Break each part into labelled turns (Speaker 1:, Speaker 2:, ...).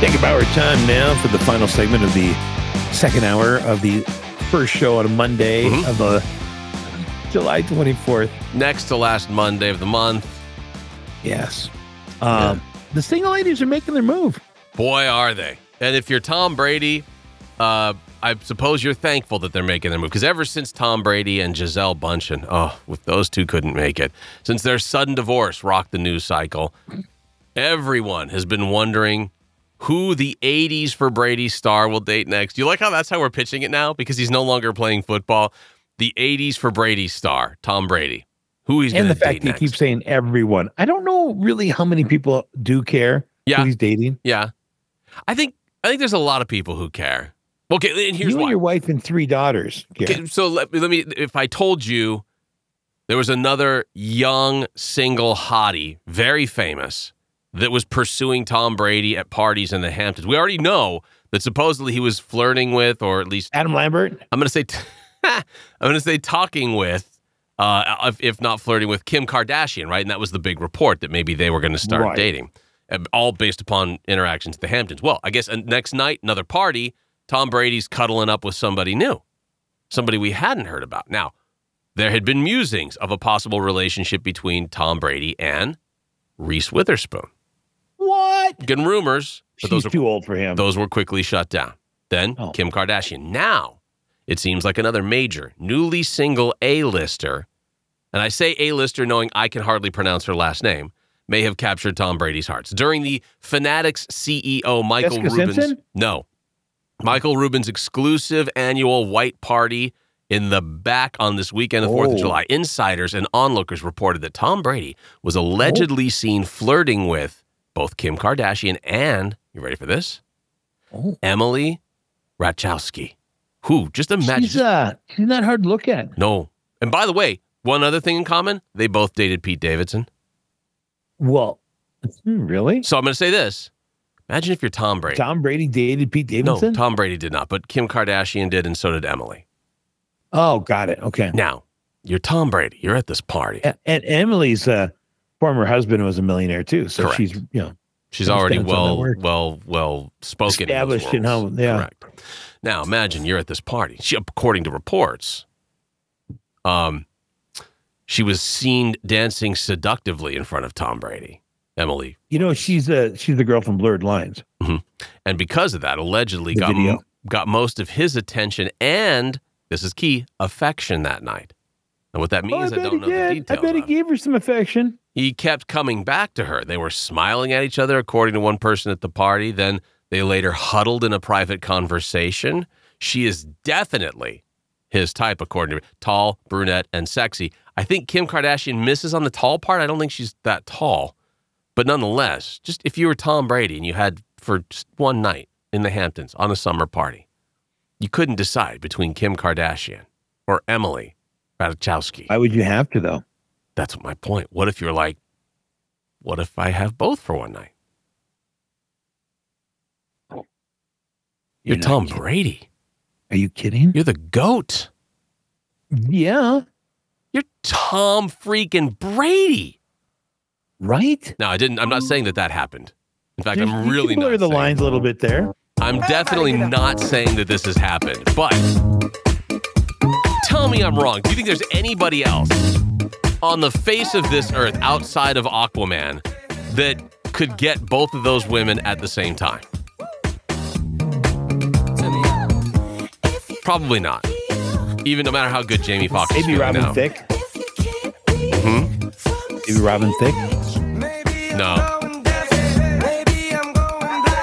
Speaker 1: Jacob Bauer time now for the final segment of the second hour of the first show on a Monday
Speaker 2: Mhm.
Speaker 1: of the July 24th.
Speaker 2: Next to last Monday of the month.
Speaker 1: Yes. Um, The single ladies are making their move.
Speaker 2: Boy, are they. And if you're Tom Brady, uh, I suppose you're thankful that they're making their move. Because ever since Tom Brady and Giselle Bundchen, oh, if those two couldn't make it, since their sudden divorce rocked the news cycle, everyone has been wondering who the 80s for Brady star will date next. You like how that's how we're pitching it now? Because he's no longer playing football. The 80s for Brady star, Tom Brady. Who he's going
Speaker 1: and
Speaker 2: to
Speaker 1: the
Speaker 2: date
Speaker 1: fact that
Speaker 2: next.
Speaker 1: he keeps saying everyone. I don't know really how many people do care
Speaker 2: Yeah.
Speaker 1: who he's dating.
Speaker 2: Yeah, I think I think there's a lot of people who care. Okay, and here's
Speaker 1: you and
Speaker 2: why.
Speaker 1: your wife and three daughters care.
Speaker 2: Okay, so let me, let me. If I told you there was another young single hottie, very famous, that was pursuing Tom Brady at parties in the Hamptons, we already know that supposedly he was flirting with, or at least
Speaker 1: Adam Lambert,
Speaker 2: I'm going to say, t- I'm going to say talking with. Uh, if, if not flirting with Kim Kardashian, right? And that was the big report that maybe they were going to start
Speaker 1: Right.
Speaker 2: dating, uh, all based upon interactions at the Hamptons. Well, I guess uh, next night, another party, Tom Brady's cuddling up with somebody new, somebody we hadn't heard about. Now, there had been musings of a possible relationship between Tom Brady and Reese Witherspoon.
Speaker 1: what?
Speaker 2: Good rumors, but
Speaker 1: She's
Speaker 2: those are
Speaker 1: too old for him.
Speaker 2: those were quickly shut down. Then
Speaker 1: Oh.
Speaker 2: Kim Kardashian. Now it seems like another major, newly single A lister, and I say A lister knowing I can hardly pronounce her last name, may have captured Tom Brady's hearts. During the Fanatics CEO Michael
Speaker 1: Jessica
Speaker 2: Rubin's.
Speaker 1: Simpson?
Speaker 2: No. Michael Rubin's exclusive annual white party in the back on this weekend of 4th of
Speaker 1: Oh.
Speaker 2: July. Insiders and onlookers reported that Tom Brady was allegedly seen flirting with both Kim Kardashian and, you ready for this?
Speaker 1: Oh.
Speaker 2: Emily Rachowski, who just imagine.
Speaker 1: She's, uh, she's not hard to look at.
Speaker 2: no. And by the way, one other thing in common, they both dated Pete Davidson.
Speaker 1: Well, hmm, really?
Speaker 2: So I'm going to say this. Imagine if you're Tom Brady.
Speaker 1: Tom Brady dated Pete
Speaker 2: no,
Speaker 1: Davidson?
Speaker 2: Tom Brady did not, but Kim Kardashian did, and so did Emily.
Speaker 1: oh, got it. Okay.
Speaker 2: Now, you're Tom Brady. You're at this party.
Speaker 1: A- And Emily's uh, former husband was a millionaire too, so
Speaker 2: Correct.
Speaker 1: she's you know
Speaker 2: She's already
Speaker 1: Understands how that
Speaker 2: well,
Speaker 1: works.
Speaker 2: well, well spoken. in those
Speaker 1: established in how
Speaker 2: worlds.
Speaker 1: yeah.
Speaker 2: Correct. Now imagine you're at this party. She, according to reports, um, she was seen dancing seductively in front of Tom Brady, Emily,
Speaker 1: You know she's uh she's the girl from Blurred Lines.
Speaker 2: and because of that, allegedly
Speaker 1: The
Speaker 2: got
Speaker 1: video.
Speaker 2: got most of his attention and this is key affection that night. And what that means,
Speaker 1: oh,
Speaker 2: I, don't know
Speaker 1: he
Speaker 2: the
Speaker 1: I
Speaker 2: details.
Speaker 1: bet he
Speaker 2: of.
Speaker 1: gave her some affection.
Speaker 2: he kept coming back to her. They were smiling at each other, according to one person at the party. Then they later huddled in a private conversation. She is definitely his type, according to tall, brunette, and sexy. I think Kim Kardashian misses on the tall part. I don't think she's that tall, but nonetheless, just if you were Tom Brady and you had for just one night in the Hamptons on a summer party, you couldn't decide between Kim Kardashian or Emily Ratajkowski.
Speaker 1: Why would you have to though?
Speaker 2: That's my point. What if you're like, what if I have both for one night? You're,
Speaker 1: not
Speaker 2: Tom
Speaker 1: kidding.
Speaker 2: Brady.
Speaker 1: Are you kidding?
Speaker 2: You're the GOAT.
Speaker 1: yeah,
Speaker 2: You're Tom freaking Brady.
Speaker 1: right.
Speaker 2: Now, I didn't, I'm not saying that that happened. In fact,
Speaker 1: You-
Speaker 2: I'm
Speaker 1: you
Speaker 2: really
Speaker 1: can blur
Speaker 2: not.
Speaker 1: the
Speaker 2: saying-
Speaker 1: lines a little bit there.
Speaker 2: I'm definitely not saying that this has happened, but tell me I'm wrong. Do you think there's anybody else on the face of this earth outside of Aquaman that could get both of those women at the same time? Probably not. Even no matter how good Jamie Foxx is.
Speaker 1: Maybe
Speaker 2: feeling
Speaker 1: Robin
Speaker 2: now.
Speaker 1: Thicke.
Speaker 2: Hmm?
Speaker 1: Maybe Robin Thicke.
Speaker 2: No.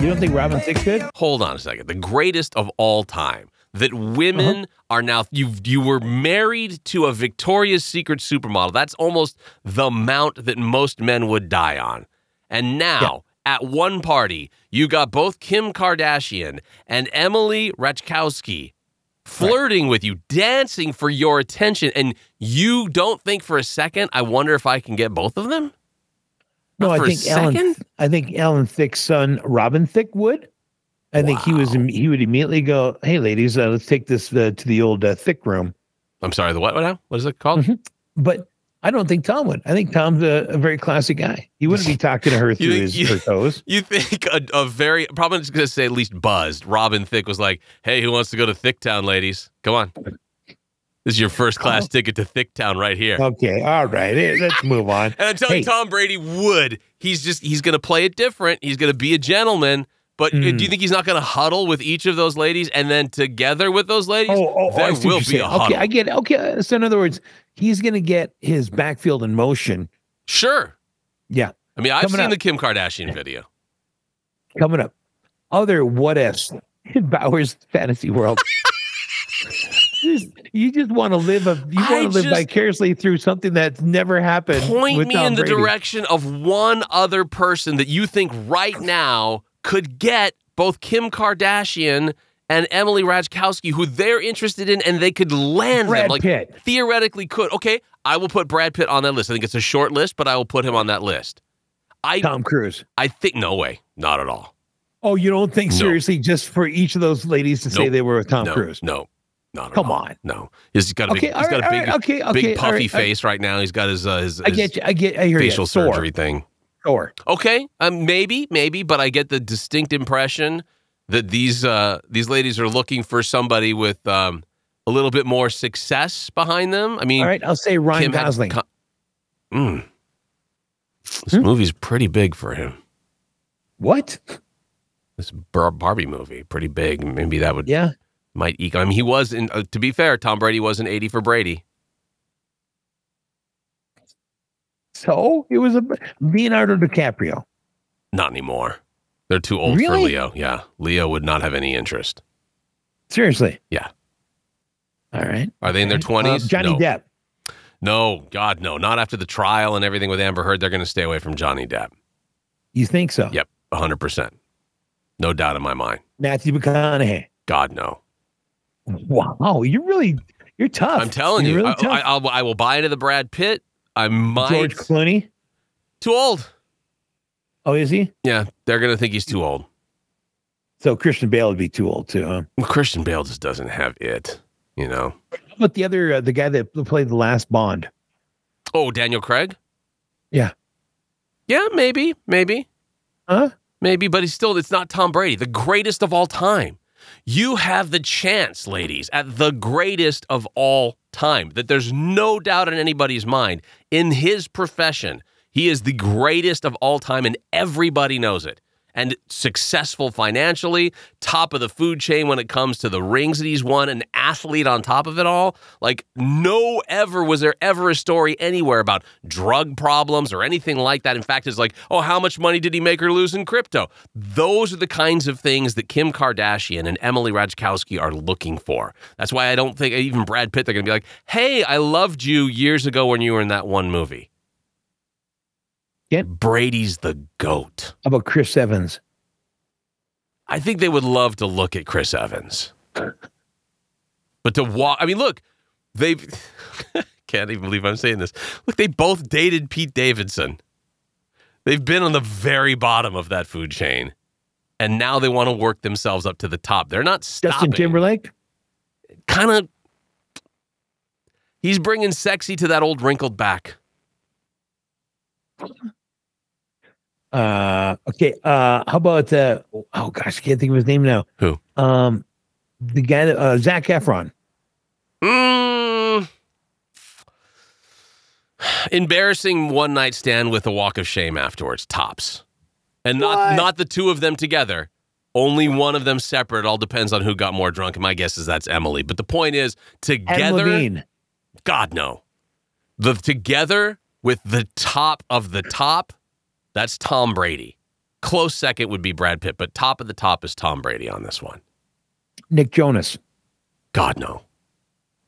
Speaker 1: You don't think Robin Thicke could?
Speaker 2: Hold on a second. The greatest of all time. That women
Speaker 1: Uh-huh.
Speaker 2: are now you you were married to a Victoria's Secret supermodel. That's almost the mount that most men would die on. And now at one party, you got both Kim Kardashian and Emily Ratajkowski flirting with you, dancing for your attention, and you don't think for a second, I wonder if I can get both of them?
Speaker 1: No,
Speaker 2: Not
Speaker 1: I
Speaker 2: for a
Speaker 1: think Alan.
Speaker 2: second?
Speaker 1: I think Alan Thicke's son, Robin Thicke, would. I think he was.
Speaker 2: Wow.
Speaker 1: He would immediately go, "Hey, ladies, uh, let's take this uh, to the old uh, Thick room."
Speaker 2: I'm sorry, the what now? What is it called?
Speaker 1: But I don't think Tom would. I think Tom's a, a very classy guy. He wouldn't be talking to her through
Speaker 2: think
Speaker 1: his
Speaker 2: you-
Speaker 1: her toes.
Speaker 2: You think a, a very probably just gonna say at least buzzed. Robin Thicke was like, "Hey, who wants to go to Thick Town, ladies? Come on, this is your first
Speaker 1: Oh.
Speaker 2: class ticket to Thick Town right here."
Speaker 1: Okay, all right, eh, let's move on.
Speaker 2: And I'm telling
Speaker 1: Hey.
Speaker 2: you, Tom Brady would. He's just he's gonna play it different. He's gonna be a gentleman. But uh,
Speaker 1: Mm.
Speaker 2: do you think he's not gonna huddle with each of those ladies and then together with those ladies?
Speaker 1: Oh, oh, oh,
Speaker 2: there
Speaker 1: I see what
Speaker 2: will
Speaker 1: you're
Speaker 2: be
Speaker 1: saying.
Speaker 2: a
Speaker 1: Okay,
Speaker 2: huddle.
Speaker 1: I get. it. Okay, so in other words, he's going to get his backfield in motion.
Speaker 2: Sure.
Speaker 1: Yeah.
Speaker 2: I mean, I've
Speaker 1: Coming
Speaker 2: seen
Speaker 1: up.
Speaker 2: the Kim Kardashian video.
Speaker 1: Coming up, other what ifs in Bauer's fantasy world. Just- you just want to live a you
Speaker 2: I
Speaker 1: want to live
Speaker 2: just-
Speaker 1: vicariously through something that's never happened.
Speaker 2: Point
Speaker 1: with
Speaker 2: me
Speaker 1: Tom
Speaker 2: in the
Speaker 1: Brady.
Speaker 2: direction of one other person that you think right now could get both Kim Kardashian and Emily Rajkowski, who they're interested in, and they could land them.
Speaker 1: Brad
Speaker 2: Like
Speaker 1: Pitt.
Speaker 2: theoretically could. Okay, I will put Brad Pitt on that list. I think it's a short list, but I will put him on that list. I
Speaker 1: Tom Cruise.
Speaker 2: I think no way, not at all.
Speaker 1: Oh, you don't think
Speaker 2: No.
Speaker 1: seriously just for each of those ladies to say
Speaker 2: Nope.
Speaker 1: they were with Tom
Speaker 2: no,
Speaker 1: Cruise?
Speaker 2: no, not at
Speaker 1: Come
Speaker 2: all.
Speaker 1: on.
Speaker 2: No, he's got a big,
Speaker 1: Okay,
Speaker 2: he's
Speaker 1: all right,
Speaker 2: got a
Speaker 1: all
Speaker 2: big,
Speaker 1: right, okay, okay,
Speaker 2: big
Speaker 1: all
Speaker 2: puffy
Speaker 1: right,
Speaker 2: face right now. He's got his uh, his,
Speaker 1: I, I
Speaker 2: his
Speaker 1: get you. I get. I hear
Speaker 2: facial
Speaker 1: you. Thor,
Speaker 2: surgery thing.
Speaker 1: Thor.
Speaker 2: Okay, um, maybe, maybe, but I get the distinct impression that these uh, these ladies are looking for somebody with um, a little bit more success behind them. I mean,
Speaker 1: All right, I'll say Ryan
Speaker 2: Kim had
Speaker 1: Gosling.
Speaker 2: co- Mm. This
Speaker 1: Hmm?
Speaker 2: movie's pretty big for him.
Speaker 1: what?
Speaker 2: This Bar- Barbie movie, pretty big. Maybe that would
Speaker 1: Yeah.
Speaker 2: might eke. I mean, he was in. Uh, to be fair, Tom Brady was an eighty for Brady.
Speaker 1: So it was a Leonardo DiCaprio.
Speaker 2: Not anymore. They're too old for
Speaker 1: Really?
Speaker 2: Leo. Yeah, Leo would not have any interest.
Speaker 1: Seriously.
Speaker 2: Yeah.
Speaker 1: All right.
Speaker 2: Are they in their
Speaker 1: All right.
Speaker 2: twenties?
Speaker 1: Uh, Johnny
Speaker 2: no.
Speaker 1: Depp.
Speaker 2: No, God, no. Not after the trial and everything with Amber Heard. They're going to stay away from Johnny Depp.
Speaker 1: You think so?
Speaker 2: Yep, hundred percent. No doubt in my mind.
Speaker 1: Matthew McConaughey.
Speaker 2: God, no.
Speaker 1: Wow, you're really you're tough.
Speaker 2: I'm telling you,
Speaker 1: Oh, You're really
Speaker 2: I, I,
Speaker 1: tough.
Speaker 2: I'll, I will buy into the Brad Pitt. I might.
Speaker 1: George Clooney.
Speaker 2: too old.
Speaker 1: Oh, is he?
Speaker 2: Yeah, they're gonna think he's too old.
Speaker 1: So Christian Bale would be too old too. Huh?
Speaker 2: Well, Christian Bale just doesn't have it, you know.
Speaker 1: How about the other uh, the guy that played the last Bond?
Speaker 2: Oh, Daniel Craig.
Speaker 1: Yeah.
Speaker 2: Yeah, maybe, maybe,
Speaker 1: Huh?
Speaker 2: maybe, but he's still. It's not Tom Brady, the greatest of all time. You have the chance, ladies, at the greatest of all time. That there's no doubt in anybody's mind. In his profession, he is the greatest of all time, and everybody knows it. and successful financially, top of the food chain when it comes to the rings that he's won, an athlete on top of it all. Like, no ever was there ever a story anywhere about drug problems or anything like that. In fact, it's like, oh, how much money did he make or lose in crypto? Those are the kinds of things that Kim Kardashian and Emily Rajkowski are looking for. That's why I don't think even Brad Pitt, they're going to be like, hey, I loved you years ago when you were in that one movie.
Speaker 1: Yeah.
Speaker 2: Brady's the GOAT.
Speaker 1: How about Chris Evans?
Speaker 2: I think they would love to look at Chris Evans. But to walk, I mean, look, they've, can't even believe I'm saying this. Look, they both dated Pete Davidson. They've been on the very bottom of that food chain. And now they want to work themselves up to the top. They're not
Speaker 1: Justin
Speaker 2: stopping.
Speaker 1: Timberlake?
Speaker 2: Kind of, he's bringing sexy to that old wrinkled back.
Speaker 1: Uh okay. Uh how about uh oh gosh, I can't think of his name now.
Speaker 2: Who?
Speaker 1: Um the guy that uh Zach Efron.
Speaker 2: Mm. Embarrassing one night stand with a walk of shame afterwards, tops. And not
Speaker 1: What?
Speaker 2: not the two of them together. Only one of them separate. All depends on who got more drunk. And my guess is that's Emily. But the point is,
Speaker 1: Adam
Speaker 2: together,
Speaker 1: Levine.
Speaker 2: God no. The together with the top of the top, that's Tom Brady. Close second would be Brad Pitt, but top of the top is Tom Brady on this one.
Speaker 1: Nick Jonas.
Speaker 2: God no.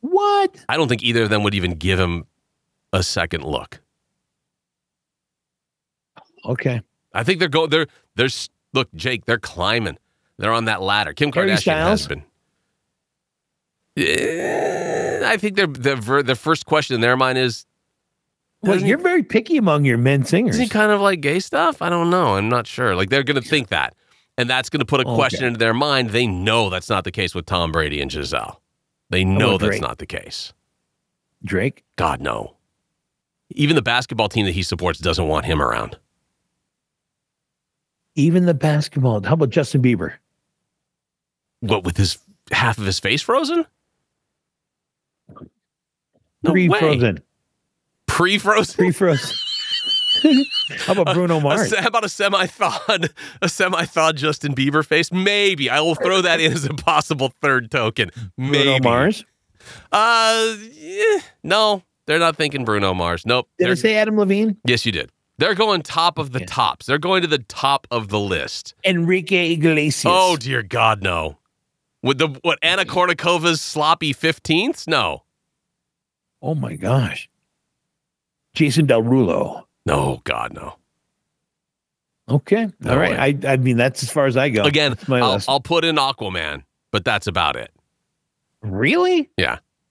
Speaker 1: What?
Speaker 2: I don't think either of them would even give him a second look.
Speaker 1: Okay.
Speaker 2: I think they're going. They're they're s- look, Jake. They're climbing. They're on that ladder. Kim
Speaker 1: Harry
Speaker 2: Kardashian has
Speaker 1: Styles?
Speaker 2: been. Eh, I think their the ver- the first question in their mind is,
Speaker 1: Well,
Speaker 2: Doesn't-
Speaker 1: you're very picky among your men singers.
Speaker 2: is he kind of like gay stuff? I don't know. I'm not sure. Like they're going to think that, and that's going to put a
Speaker 1: Oh, Okay.
Speaker 2: question into their mind. They know that's not the case with Tom Brady and
Speaker 1: Oh,
Speaker 2: Giselle. They know that's
Speaker 1: Drake?
Speaker 2: not the case.
Speaker 1: Drake?
Speaker 2: God no. Even the basketball team that he supports doesn't want him around.
Speaker 1: Even the basketball. How about Justin Bieber?
Speaker 2: What with his half of his face frozen? No
Speaker 1: Pre
Speaker 2: way.
Speaker 1: frozen.
Speaker 2: Pre-frozen.
Speaker 1: Pre frozen. How about Bruno
Speaker 2: A,
Speaker 1: Mars?
Speaker 2: se- how about a semi-thawed, a semi-thawed Justin Bieber face? Maybe I will throw that in as a possible third token. Maybe.
Speaker 1: Bruno Mars?
Speaker 2: Uh, eh, no, they're not thinking Bruno Mars. Nope.
Speaker 1: Did I
Speaker 2: They're-
Speaker 1: say Adam Levine?
Speaker 2: yes, you did. They're going top of the
Speaker 1: Yeah.
Speaker 2: tops. They're going to the top of the list.
Speaker 1: Enrique Iglesias.
Speaker 2: Oh dear God, no. With the what Anna Kournikova's sloppy fifteenth? No,
Speaker 1: oh my gosh. Jason Del Rulo.
Speaker 2: no, God, no.
Speaker 1: Okay.
Speaker 2: No
Speaker 1: All right. I, I mean, that's as far as I go.
Speaker 2: Again,
Speaker 1: That's my
Speaker 2: I'll,
Speaker 1: list.
Speaker 2: I'll put in Aquaman, but that's about it.
Speaker 1: really?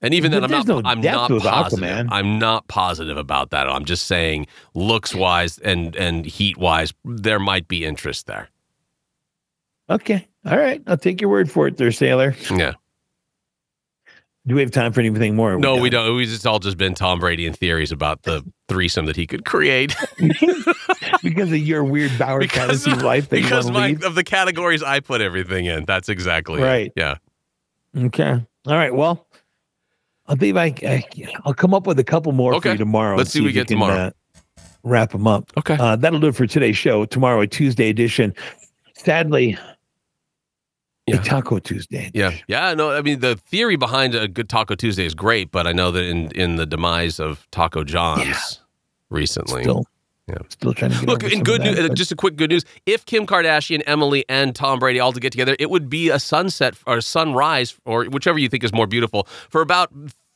Speaker 2: And even then, I'm
Speaker 1: There's
Speaker 2: not.
Speaker 1: no
Speaker 2: I'm
Speaker 1: depth
Speaker 2: not
Speaker 1: with
Speaker 2: positive.
Speaker 1: Aquaman.
Speaker 2: I'm not positive about that. I'm just saying, looks wise and and heat wise, there might be interest there.
Speaker 1: Okay. All right. I'll take your word for it there, sailor.
Speaker 2: Yeah.
Speaker 1: Do we have time for anything more?
Speaker 2: No, we
Speaker 1: done?
Speaker 2: don't. We've just all just been Tom Brady and theories about the threesome that he could create
Speaker 1: because of your weird Bauer
Speaker 2: Because-
Speaker 1: fantasy life that you want
Speaker 2: because
Speaker 1: to
Speaker 2: my,
Speaker 1: lead.
Speaker 2: of the categories I put everything in. That's exactly it.
Speaker 1: Right.
Speaker 2: Yeah.
Speaker 1: Okay. All right. Well, I'll think I, I I'll come up with a couple more for
Speaker 2: Okay.
Speaker 1: you tomorrow.
Speaker 2: Let's
Speaker 1: and
Speaker 2: see what we
Speaker 1: if you
Speaker 2: get tomorrow.
Speaker 1: uh, wrap them up.
Speaker 2: Okay.
Speaker 1: Uh, that'll do it for today's show. Tomorrow, a Tuesday edition. Sadly, a
Speaker 2: Yeah.
Speaker 1: Taco Tuesday.
Speaker 2: Yeah, yeah. No, I mean the theory behind a good Taco Tuesday is great, but I know that in in the demise of Taco John's
Speaker 1: Yeah.
Speaker 2: recently.
Speaker 1: Still,
Speaker 2: Yeah.
Speaker 1: still trying to get
Speaker 2: Look,
Speaker 1: over some
Speaker 2: in
Speaker 1: of
Speaker 2: good
Speaker 1: that,
Speaker 2: news, uh,
Speaker 1: but-
Speaker 2: just a quick good news. If Kim Kardashian, Emily, and Tom Brady all to get together, it would be a sunset or sunrise or whichever you think is more beautiful for about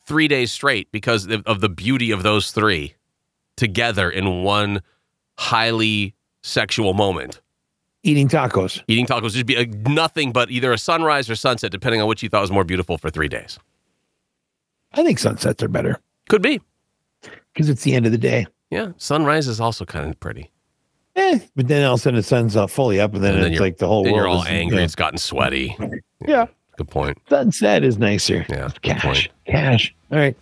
Speaker 2: three days straight because of of the beauty of those three together in one highly sexual moment.
Speaker 1: eating tacos.
Speaker 2: Eating tacos just be a, nothing but either a sunrise or sunset, depending on which you thought was more beautiful for three days.
Speaker 1: I think sunsets are better
Speaker 2: Could be.
Speaker 1: because it's the end of the day.
Speaker 2: Yeah, sunrise is also kind of pretty.
Speaker 1: Eh, but then all of a sudden the sun's uh, fully up, and then,
Speaker 2: And then
Speaker 1: it's
Speaker 2: you're-
Speaker 1: like the whole
Speaker 2: Then
Speaker 1: world
Speaker 2: you're all
Speaker 1: is,
Speaker 2: angry.
Speaker 1: yeah.
Speaker 2: It's gotten sweaty.
Speaker 1: Yeah.
Speaker 2: Good point.
Speaker 1: Sunset is nicer.
Speaker 2: Yeah. Good
Speaker 1: Cash,
Speaker 2: point.
Speaker 1: cash. All right.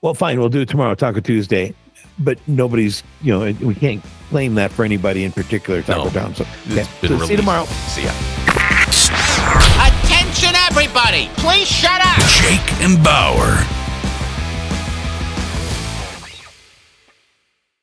Speaker 1: Well, fine. We'll do it tomorrow, Taco Tuesday. But nobody's, you know, we can't claim that for anybody in particular, Taco
Speaker 2: No.
Speaker 1: Tom. So, okay.
Speaker 2: It's been
Speaker 1: So see you
Speaker 2: released.
Speaker 1: tomorrow.
Speaker 2: See ya.
Speaker 3: Attention, everybody! Please shut up!
Speaker 4: Jake and Bauer